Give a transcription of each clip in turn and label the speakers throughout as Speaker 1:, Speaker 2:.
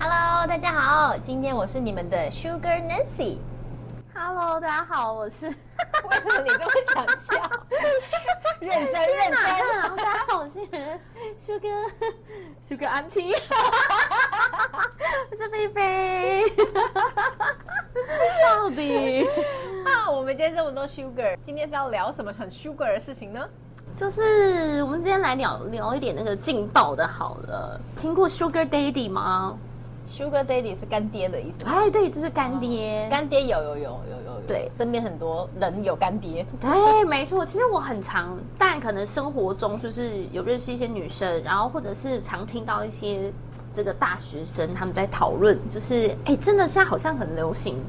Speaker 1: Hello，大家好，今天我是你们的 Sugar Nancy。
Speaker 2: Hello，大家好，我是
Speaker 1: 为什么你这么想笑？认真认真，
Speaker 2: 大家好，我是你们的 Sugar Sugar Auntie，我是菲菲。到底
Speaker 1: 啊！ 我们今天这么多 Sugar，今天是要聊什么很 Sugar 的事情呢？
Speaker 2: 就是我们今天来聊聊一点那个劲爆的，好了，听过 Sugar Daddy 吗？
Speaker 1: Sugar Daddy 是干爹的意思吗？
Speaker 2: 哎，对，就是干爹。
Speaker 1: 干爹有有有有有有，
Speaker 2: 对
Speaker 1: 身边很多人有干爹，
Speaker 2: 对，没错。其实我很常，但可能生活中就是有认识一些女生，然后或者是常听到一些这个大学生他们在讨论，就是哎，真的现在好像很流行，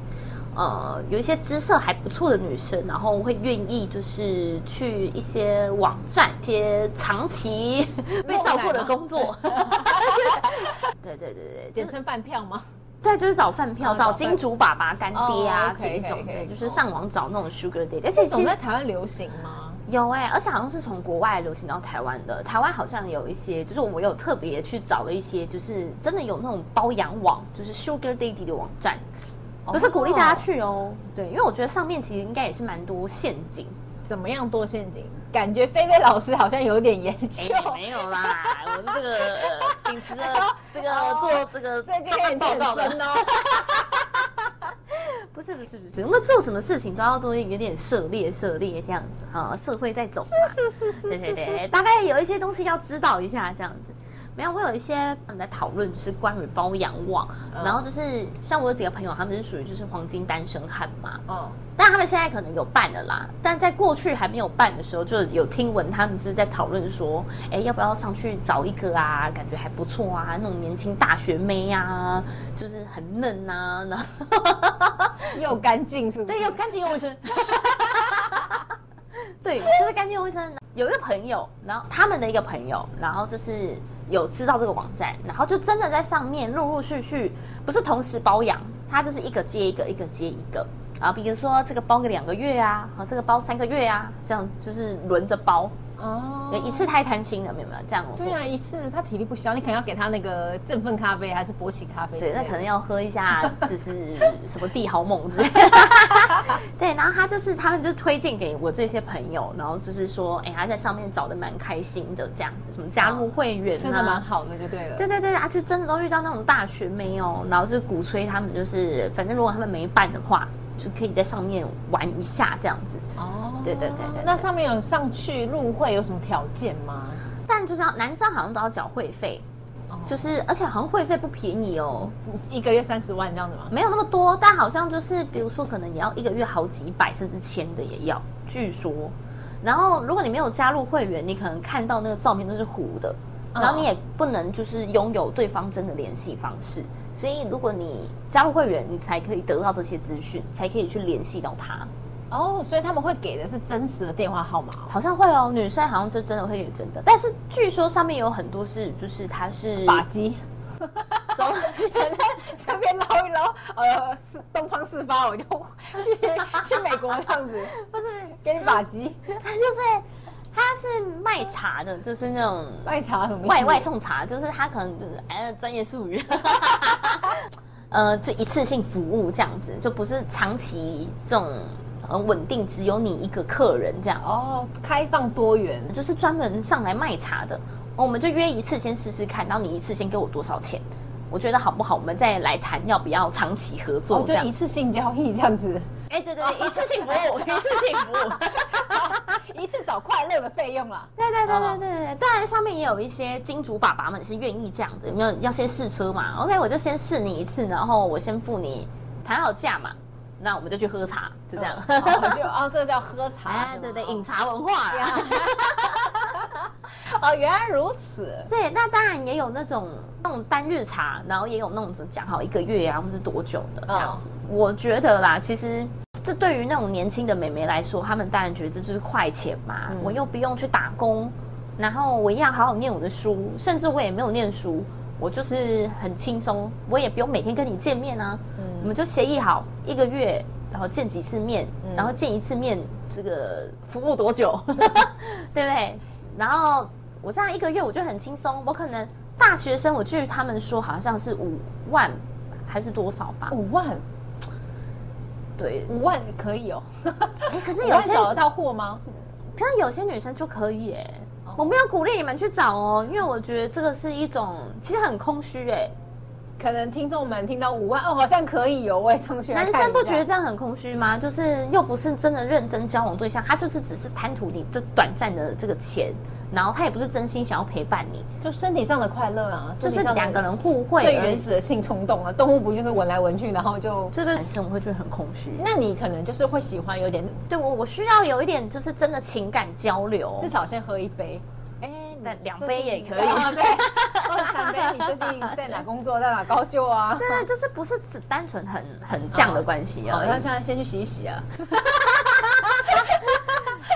Speaker 2: 呃，有一些姿色还不错的女生，然后会愿意就是去一些网站、一些 长期被照顾的工作。 对对对对，就
Speaker 1: 简称饭票吗？
Speaker 2: 对，就是找饭票，
Speaker 1: 哦找
Speaker 2: 找
Speaker 1: 饭
Speaker 2: 金主爸爸、干爹啊、
Speaker 1: 哦，OK，OK，OK，
Speaker 2: 这种的，就是
Speaker 1: 哦
Speaker 2: 上网找那种 sugar daddy，而
Speaker 1: 这
Speaker 2: 且其
Speaker 1: 种
Speaker 2: 实
Speaker 1: 在台湾流行吗？
Speaker 2: 有哎、而且好像是从国外流行到台湾的。台湾好像有一些，就是我有特别去找了一些，就是真的有那种包养网，就是 Sugar Daddy 的网站，不是鼓励大家去哦。对，因为我觉得上面其实应该也是蛮多陷阱。
Speaker 1: 怎么样多陷阱？感觉菲菲老师好像有点研究。
Speaker 2: 哎没有 啦，我是这个呃，秉持着这个做这个
Speaker 1: 哎哦最近有点
Speaker 2: 报告
Speaker 1: 健
Speaker 2: 的，
Speaker 1: 身哦，
Speaker 2: 不是不是不是，我们做什么事情都要多有点涉猎涉猎这样子啊，社会在走嘛。对对对，大概有一些东西要知道一下这样子。没有，我有一些我们在讨论，就是关于包养网，
Speaker 1: 嗯
Speaker 2: 然后就是像我有几个朋友，他们是属于就是黄金单身汉嘛，
Speaker 1: 哦，
Speaker 2: 但他们现在可能有办了啦，但在过去还没有办的时候，就有听闻他们是在讨论说，哎，要不要上去找一个啊？感觉还不错啊，那种年轻大学妹啊，就是很嫩啊，然后
Speaker 1: 又干净是不是？
Speaker 2: 对，有干净又 卫生。对，就是干净又卫生。有一个朋友，然后他们的一个朋友，然后就是有知道这个网站，然后就真的在上面陆陆续续，不是同时包养，他就是一个接一个，一个接一个。啊，比如说这个包个两个月啊，啊这个包三个月啊，这样就是轮着包，
Speaker 1: 哦
Speaker 2: 一次太贪心了，没有没有？这样我
Speaker 1: 对啊，一次他体力不消，你可能要给他那个振奋咖啡还是勃起咖啡之类
Speaker 2: 对，
Speaker 1: 的？
Speaker 2: 那可能要喝 一下，就是什么地豪猛之类。对，然后他就是他们就推荐给我这些朋友，然后就是说，哎、他在上面找的蛮开心的，这样子，什么加入会员、啊，
Speaker 1: 吃的蛮好的就对了。
Speaker 2: 对对对，啊，就真的都遇到那种大学妹哦，然后就鼓吹他们，就是反正如果他们没办的话，就可以在上面玩一下这样子。
Speaker 1: 哦，
Speaker 2: 对对对对对
Speaker 1: 那上面有上去入会有什么条件吗？
Speaker 2: 但就是要男生好像都要缴会费，
Speaker 1: 哦
Speaker 2: 就是而且好像会费不便宜哦，
Speaker 1: 一个月三十万这样子吗？
Speaker 2: 没有那么多，但好像就是比如说，可能也要一个月好几百甚至千的也要，据说。然后如果你没有加入会员，你可能看到那个照片都是糊的，
Speaker 1: 嗯
Speaker 2: 然后你也不能就是拥有对方真的联系方式。所以如果你加入会员，你才可以得到这些资讯，才可以去联系到他。
Speaker 1: 哦，所以他们会给的是真实的电话号码哦，
Speaker 2: 好像会哦，女生好像就真的会有真的，但是据说上面有很多是就是他是
Speaker 1: 把机。
Speaker 2: 走
Speaker 1: 这边捞一捞，呃，四东窗事发，我就去去美国这样子，
Speaker 2: 不是
Speaker 1: 给你把机
Speaker 2: 他就是他是卖茶的，就是那种
Speaker 1: 卖茶什么意思
Speaker 2: 外外送茶，就是他可能就是哎专业术语， 呃，就一次性服务这样子，就不是长期这种呃稳定只有你一个客人这样，
Speaker 1: 哦，开放多元
Speaker 2: 就是专门上来卖茶的。哦我们就约一次先试试看，然后你一次先给我多少钱，我觉得好不好？我们再来谈要不要长期合
Speaker 1: 哦
Speaker 2: 作，
Speaker 1: 就
Speaker 2: 这样
Speaker 1: 一。次性交易这样子，
Speaker 2: 哎、对对对，一次性服 务，哦一次性服务。
Speaker 1: 一次找快乐的费用啊 啦。
Speaker 2: 对对对对对对，当然上面也有一些金主爸爸们是愿意这样的，有没有要先试车嘛？OK，我就先试你一次，然后我先付你谈好价嘛，那我们就去喝茶，就这样。
Speaker 1: 哦我就哦，这个叫喝茶。
Speaker 2: 哎，
Speaker 1: 是吗
Speaker 2: 对对，饮茶文化啦。
Speaker 1: 哦， 原来如此。
Speaker 2: 对，那当然也有那种那种单日茶，然后也有那种只讲好一个月啊，或是多久的这样子。我觉得啦，其实这对于那种年轻的美眉来说，她们当然觉得这就是快钱嘛，我又不用去打工，然后我一样好好念我的书，甚至我也没有念书，我就是很轻松，我也不用每天跟你见面啊，我们就协议好一个月。然后见几次面，然后见一次面，这个服务 多久？对不对？然后我这样一个月我就很轻松，我可能大学生，我据他们说好像是五万还是多少吧？
Speaker 1: 五万，
Speaker 2: 对，
Speaker 1: 五万可以哦。
Speaker 2: 哎，可是
Speaker 1: 五
Speaker 2: 有
Speaker 1: 万
Speaker 2: 些，
Speaker 1: 找得到货吗？
Speaker 2: 可是有些女生就可以哎、我没有鼓励你们去找哦，因为我觉得这个是一种其实很空虚哎、
Speaker 1: 可能听众们听到五万哦，好像可以哦，我也上去来
Speaker 2: 男
Speaker 1: 看一下。
Speaker 2: 生不觉得这样很空虚吗？就是又不是真的认真交往对象，他就是只是贪图你这短暂的这个钱，然后他也不是真心想要陪伴你。
Speaker 1: 就身体上的快乐啊，
Speaker 2: 就是
Speaker 1: 身体上的
Speaker 2: 两个人互惠啊
Speaker 1: 最
Speaker 2: 而已
Speaker 1: 原始的性冲动啊，动物不就是闻来闻去，然后就
Speaker 2: 这对男生我会觉得很空虚。
Speaker 1: 那你可能就是会喜欢有点，
Speaker 2: 对我，我需要有一点就是真的情感交流
Speaker 1: 至。少先喝一杯，哎、你
Speaker 2: 但两
Speaker 1: 最
Speaker 2: 杯
Speaker 1: 近
Speaker 2: 也可以
Speaker 1: 两杯或者三杯。你最近在哪工作，在哪高就 啊？
Speaker 2: 对对，就是不是只单纯很很这样的关系
Speaker 1: 好，
Speaker 2: 而
Speaker 1: 那
Speaker 2: 已
Speaker 1: 现。在先去洗一洗啊。
Speaker 2: 对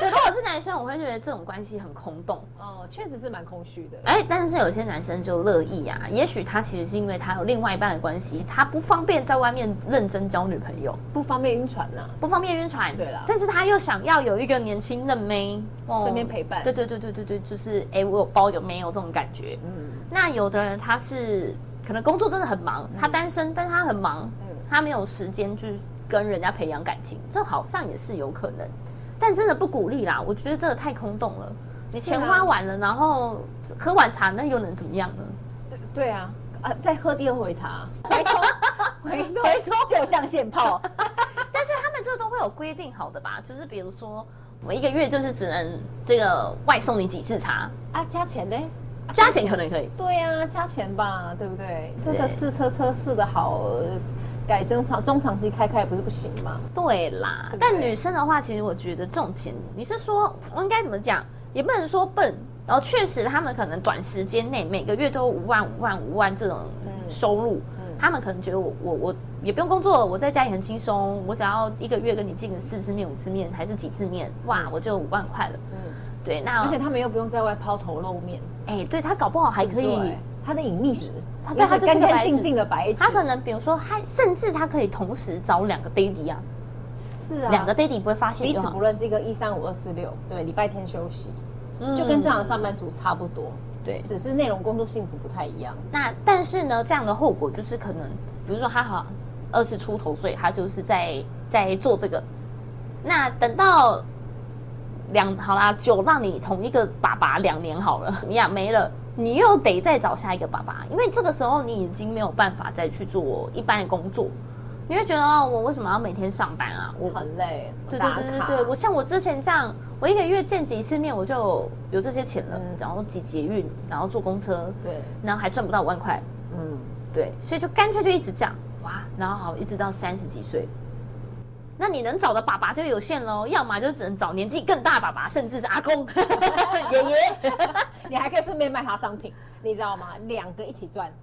Speaker 2: 如果我是男生，我会觉得这种关系很空洞。
Speaker 1: 哦，确实是蛮空虚的。
Speaker 2: 哎，但是有些男生就乐意啊，也许他其实是因为他有另外一半的关系，他不方便在外面认真交女朋友。
Speaker 1: 不方便晕船呐、
Speaker 2: 不方便晕船，
Speaker 1: 对啦
Speaker 2: 但是他又想要有一个年轻的妹哦
Speaker 1: 身边陪伴
Speaker 2: 对对对对对对，就是哎、我有包有没有这种感觉。
Speaker 1: 嗯，
Speaker 2: 那有的人他是可能工作真的很忙，他单身，但是他很忙，
Speaker 1: 嗯
Speaker 2: 他没有时间去跟人家培养感情，这好像也是有可能，但真的不鼓励啦，我觉得这个太空洞了。你
Speaker 1: 是啊
Speaker 2: 钱花完了，然后喝完茶，那又能怎么样呢？
Speaker 1: 对对啊，啊，再喝第二回茶，回 抽，回抽，回抽就像现 泡。
Speaker 2: 但是他们这都会有规定好的吧？就是比如说，我一个月就是只能这个外送你几次茶，
Speaker 1: 啊，加钱呢？啊
Speaker 2: 加钱可能可以。
Speaker 1: 对呀、加钱吧，对不对？这
Speaker 2: 对
Speaker 1: 个试车车试的好，呃改成长中长期开开不是不行吗？
Speaker 2: 对啦，
Speaker 1: 对不对
Speaker 2: 但女生的话，其实我觉得这种钱，你是说我应该怎么讲？也不能说笨，然后确实他们可能短时间内每个月都五万、五万、五万这种
Speaker 1: 嗯
Speaker 2: 收入，
Speaker 1: 嗯
Speaker 2: 他们可能觉得我我我也不用工作，我在家里很轻松，我只要一个月跟你见个四次面、五次面还是几次面，哇，我就五万块了。
Speaker 1: 嗯，
Speaker 2: 对，那
Speaker 1: 而且他们又不用在外抛头露面，
Speaker 2: 哎，对他搞不好还可以
Speaker 1: 对，他的隐秘史，
Speaker 2: 他
Speaker 1: 也
Speaker 2: 对他就是
Speaker 1: 干
Speaker 2: 个
Speaker 1: 干
Speaker 2: 白
Speaker 1: 净
Speaker 2: 纸
Speaker 1: 净的白纸
Speaker 2: 他，可能比如说，他甚至他可以同时找两个 daddy 啊，
Speaker 1: 是啊，
Speaker 2: 两个 daddy 不会发现
Speaker 1: 彼
Speaker 2: 就
Speaker 1: 此
Speaker 2: 好
Speaker 1: 不，认识，一个一三五二四六，对，礼拜天休息，
Speaker 2: 嗯
Speaker 1: 就跟正常上班族差不多，
Speaker 2: 对。
Speaker 1: 只是内容工作性质不太一样。
Speaker 2: 那但是呢，这样的后果就是可能，比如说他好二十出头岁，他就是在在做这个，那等到两好啦，酒让你同一个爸爸两年好了，怎么样没了？你又得再找下一个爸爸，因为这个时候你已经没有办法再去做一般的工作，你会觉得哦，我为什么要每天上班啊？我
Speaker 1: 很累，
Speaker 2: 对对
Speaker 1: 打
Speaker 2: 对对
Speaker 1: 卡
Speaker 2: 对，我像我之前这样，我一个月见几次面我就有这些钱了，
Speaker 1: 嗯
Speaker 2: 然后挤捷运，然后坐公车，
Speaker 1: 对，
Speaker 2: 然后还赚不到五万块，
Speaker 1: 嗯，
Speaker 2: 对，所以就干脆就一直这样哇，然后好一直到三十几岁，那你能找的爸爸就有限喽，要么就只能找年纪更大的爸爸，甚至是阿公、 爷爷。
Speaker 1: 你还可以顺便卖他商品，你知道吗？两个一起 赚，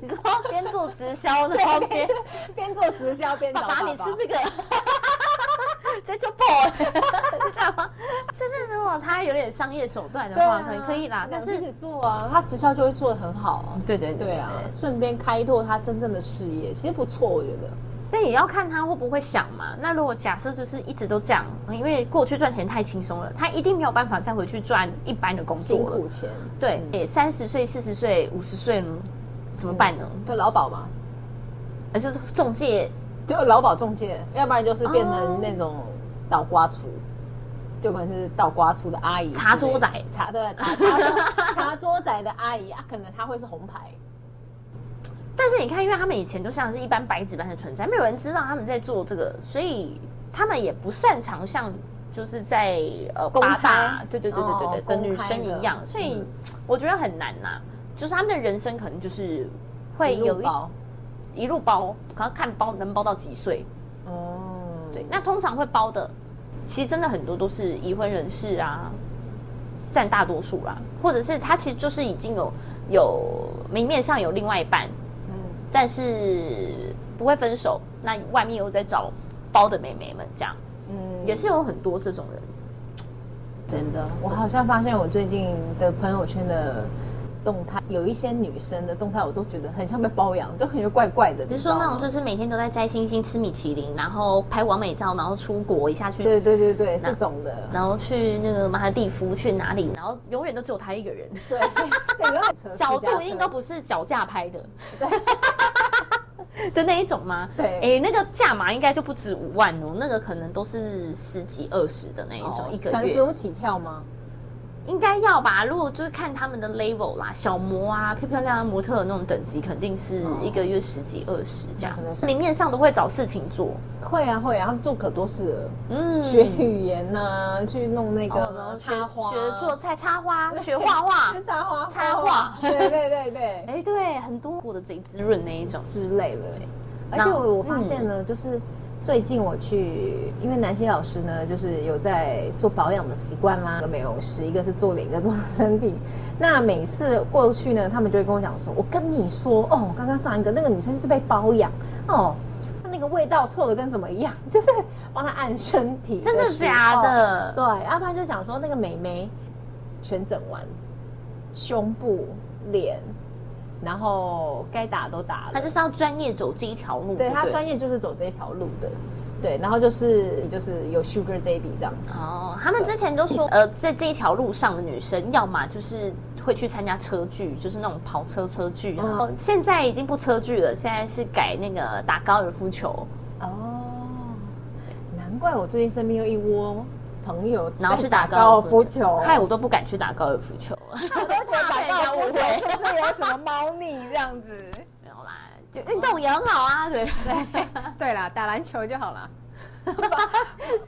Speaker 2: 你说 边做直销，然后边
Speaker 1: 边做直销边找
Speaker 2: 爸爸，你吃 这个，这就爆 了，你知道吗？就是如果他有点商业手段的
Speaker 1: 对
Speaker 2: 话，
Speaker 1: 啊
Speaker 2: 可能可以啦，但
Speaker 1: 两个一
Speaker 2: 是
Speaker 1: 起做啊，他直销就会做的很好啊。
Speaker 2: 对对
Speaker 1: 对啊，顺便开拓他真正的事业，其实不错，我觉得。
Speaker 2: 但也要看他会不会想嘛。那如果假设就是一直都这样，因为过去赚钱太轻松了，他一定没有办法再回去赚一般的工
Speaker 1: 辛
Speaker 2: 作了
Speaker 1: 苦。钱，
Speaker 2: 对，诶、三十岁、四十岁、五十岁呢，怎么办呢？
Speaker 1: 就劳保嘛，
Speaker 2: 而就是中介
Speaker 1: 就劳保中介，要不然就是变成那种倒瓜厨，就可能是倒瓜厨的阿姨之类的，
Speaker 2: 茶桌仔
Speaker 1: 茶对茶茶桌茶桌仔的阿姨啊，可能她会是红牌，
Speaker 2: 但是你看，因为他们以前就像是一般白纸般的存在，没有人知道他们在做这个，所以他们也不擅长像就是在呃
Speaker 1: 公开
Speaker 2: 八大对对对对对对、
Speaker 1: 哦
Speaker 2: 跟
Speaker 1: 公
Speaker 2: 女
Speaker 1: 开的
Speaker 2: 生一样，所以
Speaker 1: 嗯
Speaker 2: 我觉得很难呐、就是他们的人生可能就是会
Speaker 1: 一路
Speaker 2: 有一
Speaker 1: 包
Speaker 2: 一路包，然后看包能包到几岁。
Speaker 1: 哦，
Speaker 2: 对，
Speaker 3: 嗯
Speaker 2: 那通常会包的，其实真的很多都是已婚人士啊，占大多数啦，或者是他其实就是已经有有明面上有另外一半，
Speaker 1: 嗯，
Speaker 2: 但是不会分手，那外面又在找包的妹妹们，这样
Speaker 1: 嗯
Speaker 2: 也是有很多这种人。
Speaker 1: 真的，我好像发现我最近的朋友圈的
Speaker 3: 动态，有一些女生的动态，我都觉得很像被包养，就很觉怪怪的。
Speaker 2: 你
Speaker 3: 你
Speaker 2: 是说那种
Speaker 3: 知道吗
Speaker 2: 就是每天都在摘星星、吃米其林，然后拍完美照，然后出国一下去，
Speaker 3: 对对对对这种的，
Speaker 2: 然后去那个马尔地夫去哪里，然后永远都只有他一个人，
Speaker 3: 对，对，有点扯
Speaker 2: 角
Speaker 3: 呃私家
Speaker 2: 度
Speaker 3: 车
Speaker 2: 应该不是脚架拍 的，的那一种吗？
Speaker 3: 对
Speaker 2: 哎，那个价码应该就不止五万哦，那个可能都是十几二十的那一种，
Speaker 3: 哦
Speaker 2: 一个
Speaker 3: 三十
Speaker 2: 月
Speaker 3: 五起跳吗？
Speaker 2: 应该要吧。如果就是看他们的 level 啦，小模啊、漂漂亮亮模特的那种等级，肯定是一个月十几二十这样
Speaker 3: 嗯可能，是
Speaker 2: 明面上都会找事情做，
Speaker 3: 会啊会啊，他们做可多事了，
Speaker 2: 嗯，
Speaker 3: 学语言呐、去弄那个、
Speaker 2: 哦然后学
Speaker 3: 插花啊，
Speaker 2: 学做菜、插花、学画画，
Speaker 3: 插花，
Speaker 2: 插画
Speaker 3: 对对对对。
Speaker 2: 哎，对，很多过得贼滋润那一种，
Speaker 3: 之类的。而
Speaker 2: 那嗯
Speaker 3: 且我我发现呢，就是最近我去，因为南希老师呢，就是有在做保养的习惯啦，一个美容师，一个是做脸，一个做身体。那每次过去呢，他们就会跟我讲说：“我跟你说哦，我刚刚上一个那个女生是被包养哦。”她那个味道臭的跟什么一样，就是帮她按身体，
Speaker 2: 真的假？的？
Speaker 3: 对，阿潘就讲说那个美眉全整完，胸部、脸，然后该打都打了，
Speaker 2: 他就是要专业走这一条路，
Speaker 3: 对他专
Speaker 2: 业。
Speaker 3: 业就是走这一条路的，对，然后就是就是有 Sugar Daddy 这样子，
Speaker 2: 哦，他们之前都说，呃，在这一条路上的女生，要么就是会去参加车剧，就是那种跑车车剧啊。
Speaker 3: 嗯
Speaker 2: 哦现在已经不车剧了，现在是改那个打高尔夫球，
Speaker 1: 啊
Speaker 3: 哦，难怪我最近身边有一窝朋友
Speaker 2: 然后
Speaker 3: 在
Speaker 2: 去打
Speaker 3: 高
Speaker 2: 高
Speaker 3: 尔
Speaker 2: 尔
Speaker 3: 夫
Speaker 2: 夫
Speaker 3: 球，
Speaker 2: 球，害我都不敢去打高尔夫球 了。
Speaker 1: 我觉得打高尔夫球
Speaker 2: 对
Speaker 1: 是不是有什么猫腻这样子？
Speaker 2: 没有啦，就运动也很好啊，对
Speaker 1: 对啦，打篮球就好 了，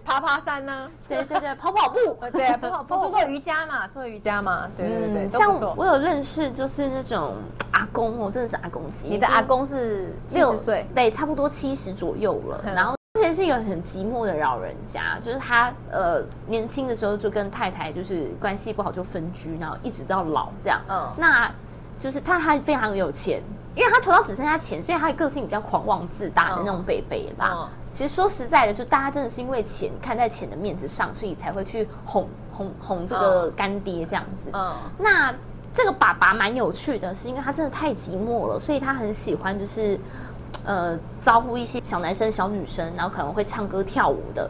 Speaker 1: 爬爬山呐、
Speaker 3: 啊
Speaker 2: 对对哦对，跑跑步。
Speaker 1: 呃 对啊，不好，不做做瑜伽嘛，做瑜伽嘛，对对对，
Speaker 2: 嗯，
Speaker 1: 都不
Speaker 2: 像
Speaker 1: 错
Speaker 2: 我有认识，就是那种阿公哦，真的是阿公级。
Speaker 1: 你的阿公是七十岁，
Speaker 2: 对，差不多七十左右了。
Speaker 1: 嗯
Speaker 2: 然后之前是一个很寂寞的老人家，就是他呃年轻的时候就跟太太就是关系不好就分居，然后一直到老这样。
Speaker 1: 嗯
Speaker 2: 那就是他他非常有钱，因为他穷到只剩下钱，所以他的个性比较狂妄自大的那种北北吧。
Speaker 3: 嗯
Speaker 2: 其实说实在的，就大家真的是因为钱看在钱的面子上，所以才会去哄哄哄这
Speaker 1: 嗯
Speaker 2: 个干爹这样子。
Speaker 3: 嗯，
Speaker 2: 那这个爸爸蛮有趣的，是因为他真的太寂寞了，所以他很喜欢就是呃招呼一些小男生、小女生，然后可能会唱歌跳舞的，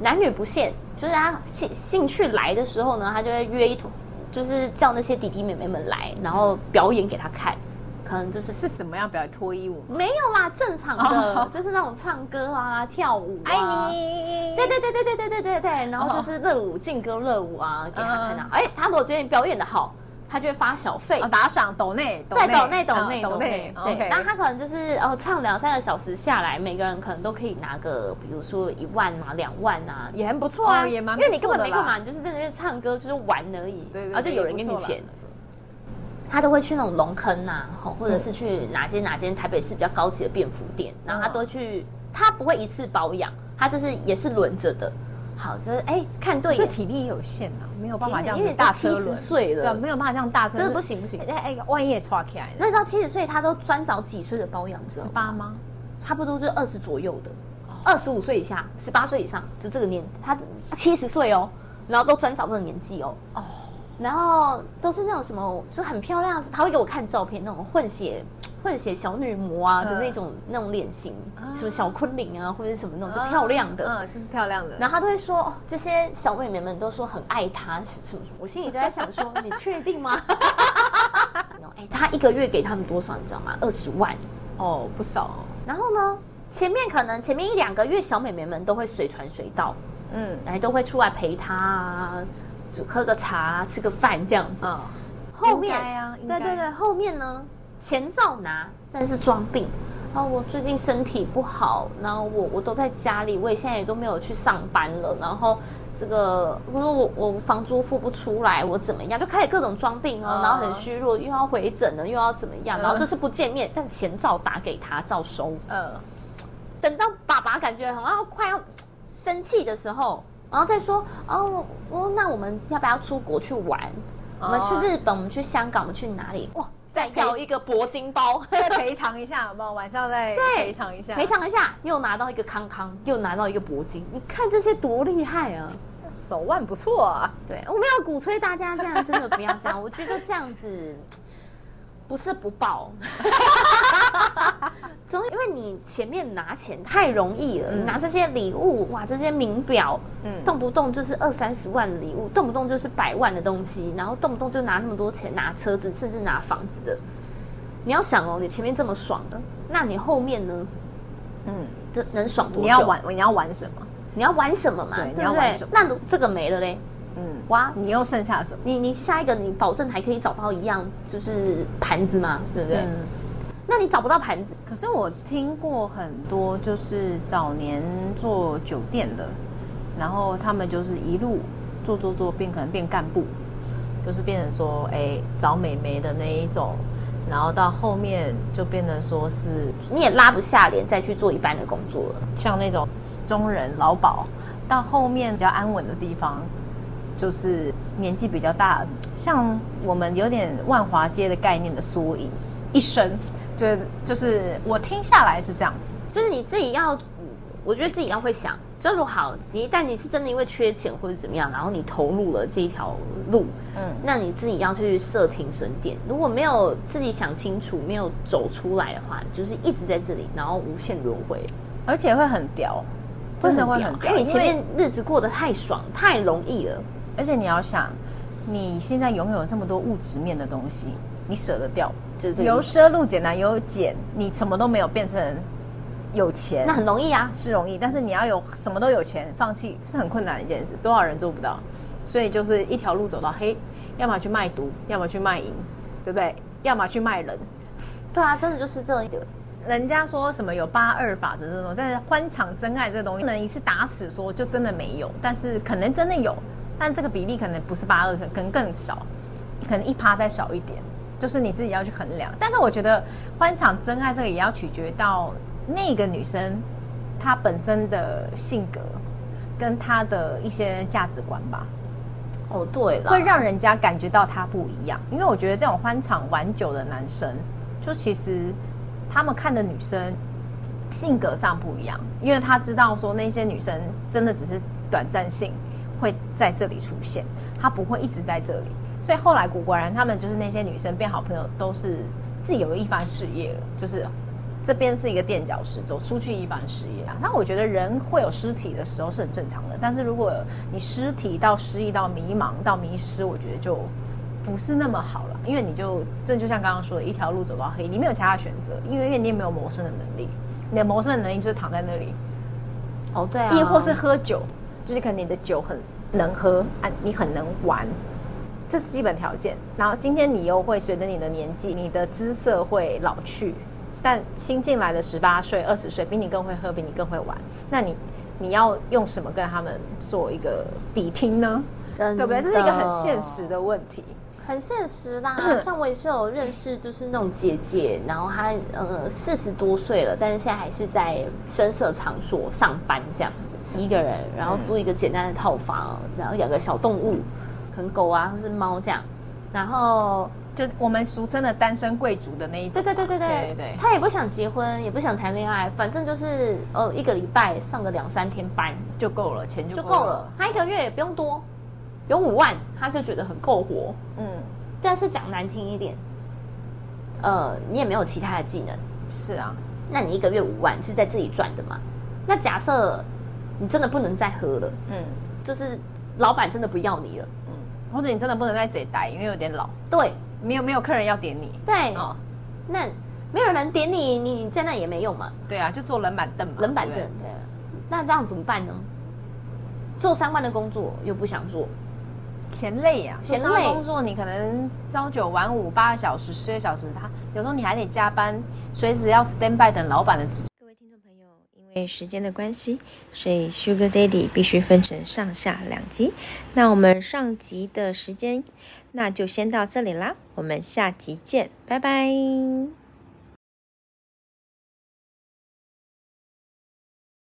Speaker 2: 男女不限，就是他兴兴趣来的时候呢，他就会约一坨，就是叫那些弟弟妹妹们来，然后表演给他看，可能就是。
Speaker 1: 是什么样表演脱衣舞吗？
Speaker 2: 没有啦，正常的
Speaker 1: 哦
Speaker 2: 就是那种唱歌啊、跳舞啊。
Speaker 1: 你
Speaker 2: 对对对对对对对对对，然后就是热舞、劲歌热舞啊，给他看到。哎，他如果觉得你表演的好，他就会发小费
Speaker 1: 啊，。打赏抖内，
Speaker 2: 对，
Speaker 1: 抖
Speaker 2: 抖内抖内
Speaker 1: 抖内，
Speaker 2: 对，
Speaker 1: OK
Speaker 2: 然后他可能就是哦，唱两三个小时下来，每个人可能都可以拿个，比如说一万啊、两万啊，也很不错啊，
Speaker 1: 哦也蛮
Speaker 2: 因
Speaker 1: 不错的啦
Speaker 2: 为你根本没干嘛，你就是在那边唱歌，就是玩而已，
Speaker 1: 对对
Speaker 2: 然后就有人给你
Speaker 1: 也不错啦
Speaker 2: 钱。他都会去那种龙坑呐、啊，吼或者是去哪间哪间台北市比较高级的便服店，然后他都会去，他不会一次保养，他就是也是轮着的。好，就是哎，看对
Speaker 1: 这
Speaker 2: 眼，
Speaker 1: 体力有限啊，没有办法这样
Speaker 2: 因为
Speaker 1: 子
Speaker 2: 你都
Speaker 1: 大车
Speaker 2: 70
Speaker 1: 轮，
Speaker 2: 岁了
Speaker 1: 对，啊没有办法这样大车
Speaker 2: 真
Speaker 1: 轮，
Speaker 2: 的不行不行。
Speaker 1: 哎哎，万一也抓起来了，
Speaker 2: 那到七十岁，他都专找几岁的保养者啊
Speaker 1: 十，八吗？
Speaker 2: 差不多就是二十左右的，二十五岁以下，十八岁以上，就这个年，他七十岁哦，然后都专找这个年纪哦，
Speaker 1: 哦
Speaker 2: 然后都是那种什么，就很漂亮，他会给我看照片，那种混血。混血小女模啊的
Speaker 1: 嗯
Speaker 2: 那种、那种脸型，什么小昆凌啊，或者是什么那种就
Speaker 1: 嗯
Speaker 2: 漂亮的，
Speaker 1: 嗯，就是漂亮的，
Speaker 2: 然后他都会说，哦这些小妹妹们都说很爱他，什么什么，我心里都在想说， 你确定吗？ 然后哎，他一个月给他们多少，你知道吗？二十万。
Speaker 1: 哦不少哦，
Speaker 2: 然后呢，前面可能前面一两个月，小妹妹们都会随传随到，
Speaker 1: 嗯
Speaker 2: 哎，都会出来陪他啊，就喝个茶啊、吃个饭这样子。
Speaker 1: 啊，
Speaker 2: 后面
Speaker 1: 应该啊应
Speaker 2: 对
Speaker 1: 该
Speaker 2: 对对，后面呢，钱照拿，但是装病。哦，我最近身体不好，然后我我都在家里，我也现在也都没有去上班了，然后。这个，我说我我房租付不出来，我怎么样？就开始各种装病哦
Speaker 1: 啊，
Speaker 2: 然后很虚弱，又要回诊了，又要怎么样？然后
Speaker 1: 嗯
Speaker 2: 这次不见面，但钱照打给他，照收。
Speaker 1: 呃，
Speaker 2: 等到爸爸感觉好像快要生气的时候，然后再说哦，我那我们要不要出国去玩？
Speaker 1: 嗯
Speaker 2: 我们去日本，我们去香港，我们去哪里？哇，再要一个铂金包，
Speaker 1: 哦 再赔偿一下好不好？晚上再赔偿一下，
Speaker 2: 赔偿一下，又拿到一个康康，又拿到一个铂金，你看这些多厉害啊！
Speaker 1: 手腕不错啊，
Speaker 2: 对，我们要鼓吹大家这样，真的不要这样。我觉得这样子嗯不是不报， 总因为你前面拿钱太容易了，你拿这些礼物哇，这些名表，嗯，动不动就是二三十万的礼物，动不动就是百万的东西，然后动不动就拿那么多钱拿车子，甚至拿房子的。你要想哦，你前面这么爽的，那你后面呢？
Speaker 4: 嗯，
Speaker 2: 这能爽多久？
Speaker 4: 你要玩，你要玩什么？
Speaker 2: 你要玩什么嘛？
Speaker 4: 对
Speaker 2: 对不
Speaker 4: 你要玩
Speaker 2: 对
Speaker 4: 什么
Speaker 2: 那如这个没了嘞，
Speaker 4: 嗯，
Speaker 2: 哇，
Speaker 4: 你又剩下什么？
Speaker 2: 你你下一个你保证还可以找到一样就是盘子嘛，对不对？
Speaker 4: 嗯
Speaker 2: 那你找不到盘子，
Speaker 1: 可是我听过很多，就是早年做酒店的，然后他们就是一路做做做，变可能变干部，就是变成说，哎，找美眉的那一种，然后到后面就变成说是
Speaker 2: 你也拉不下脸再去做一般的工作了。
Speaker 1: 像那种中人劳保，到后面比较安稳的地方，就是年纪比较大，像我们有点万华街的概念的缩影，一生。就就是我听下来是这样子，
Speaker 2: 就是你自己要，我觉得自己要会想，就如果好，你一旦你是真的因为缺钱或者怎么样，然后你投入了这一条路，嗯，那你自己要去设停损点。如果没有自己想清楚，没有走出来的话，就是一直在这里，然后无限轮回，
Speaker 1: 而且会很屌，真的会很屌，
Speaker 2: 因哎为你前面日子过得太爽，太容易了。
Speaker 1: 而且你要想，你现在拥有这么多物质面的东西，你舍得掉？
Speaker 2: 就是这个
Speaker 1: 由
Speaker 2: 意思
Speaker 1: 奢入俭难由俭，你什么都没有变成有钱，
Speaker 2: 那很容易啊，
Speaker 1: 是容易，但是你要有什么都有钱，放弃是很困难的一件事，多少人做不到？所以就是一条路走到黑，要么去卖毒，要么去卖淫，对不对？要么去卖人。
Speaker 2: 对啊，真的就是这一个。
Speaker 1: 人家说什么有八二法则这种，但是欢场真爱这个东西，不能一次打死说就真的没有，但是可能真的有，但这个比例可能不是八二，可能更少，可能一趴再少一点，就是你自己要去衡量。但是我觉得欢场真爱这个也要取决到那个女生她本身的性格跟她的一些价值观吧。
Speaker 2: 哦，对了，
Speaker 1: 会让人家感觉到他不一样。因为我觉得这种欢场玩酒的男生，就其实他们看的女生性格上不一样，因为他知道说那些女生真的只是短暂性会在这里出现，他不会一直在这里。所以后来果果然他们就是那些女生变好朋友，都是自己有一番事业了，就是这边是一个垫脚石，走出去一番事业啊。那我觉得人会有尸体的时候是很正常的，但是如果你尸体到失忆、到迷茫、到迷失，我觉得就不是那么好了，因为你就这就像刚刚说的，一条路走到黑，你没有其他选择，因为你也没有谋生的能力，你的谋生的能力就是躺在那里，
Speaker 2: 哦，对啊，
Speaker 1: 亦或是喝酒，就是可能你的酒很能喝啊，你很能玩，这是基本条件。然后今天你又会随着你的年纪，你的姿色会老去，但新进来的十八岁、二十岁比你更会喝，比你更会玩，那你你要用什么跟他们做一个比拼呢？
Speaker 2: 真
Speaker 1: 对
Speaker 2: 的，
Speaker 1: 不对？这是一个很现实的问题。
Speaker 2: 很现实啦，像我也是有认识，就是那种姐姐，然后她呃四十多岁了，但是现在还是在深色场所上班这样子，一个人，然后租一个简单的套房，然后养个小动物，可能狗啊或是猫这样，然后
Speaker 1: 就我们俗称的单身贵族的那一种
Speaker 2: 对
Speaker 1: 嘛，
Speaker 2: 对对对
Speaker 1: 对
Speaker 2: 对
Speaker 1: 对
Speaker 2: 她也不想结婚，也不想谈恋爱，反正就是呃一个礼拜上个两三天班
Speaker 1: 就够了，钱就
Speaker 2: 就
Speaker 1: 够
Speaker 2: 够了，她一个月也不用多，有五万，她就觉得很够活。
Speaker 1: 嗯，
Speaker 2: 但是讲难听一点，呃，你也没有其他的技能，
Speaker 1: 是啊，
Speaker 2: 那你一个月五万是在自己赚的嘛？那假设你真的不能再喝了，
Speaker 1: 嗯
Speaker 2: 就是老板真的不要你了，
Speaker 1: 嗯，或者你真的不能在这里待，因为有点老，
Speaker 2: 对
Speaker 1: 没有没有客人要点你。
Speaker 2: 对，
Speaker 1: 哦，
Speaker 2: 那没有人点你，你你在那也没用嘛，
Speaker 1: 对啊，就坐冷板凳嘛，
Speaker 2: 冷板
Speaker 1: 对
Speaker 2: 凳，
Speaker 1: 不对
Speaker 2: 对那这样怎么办呢？做三万的工作又不想做，
Speaker 1: 嫌累呀、啊，
Speaker 2: 嫌累
Speaker 1: 做上班工作你可能朝九晚五，八个小时、十个小时，他有时候你还得加班，随时要 stand by 等老板的指。
Speaker 5: 各位听众朋友，因为时间的关系，所以 Sugar Daddy 必须分成上下两集。那我们上集的时间，那就先到这里啦，我们下集见，拜拜。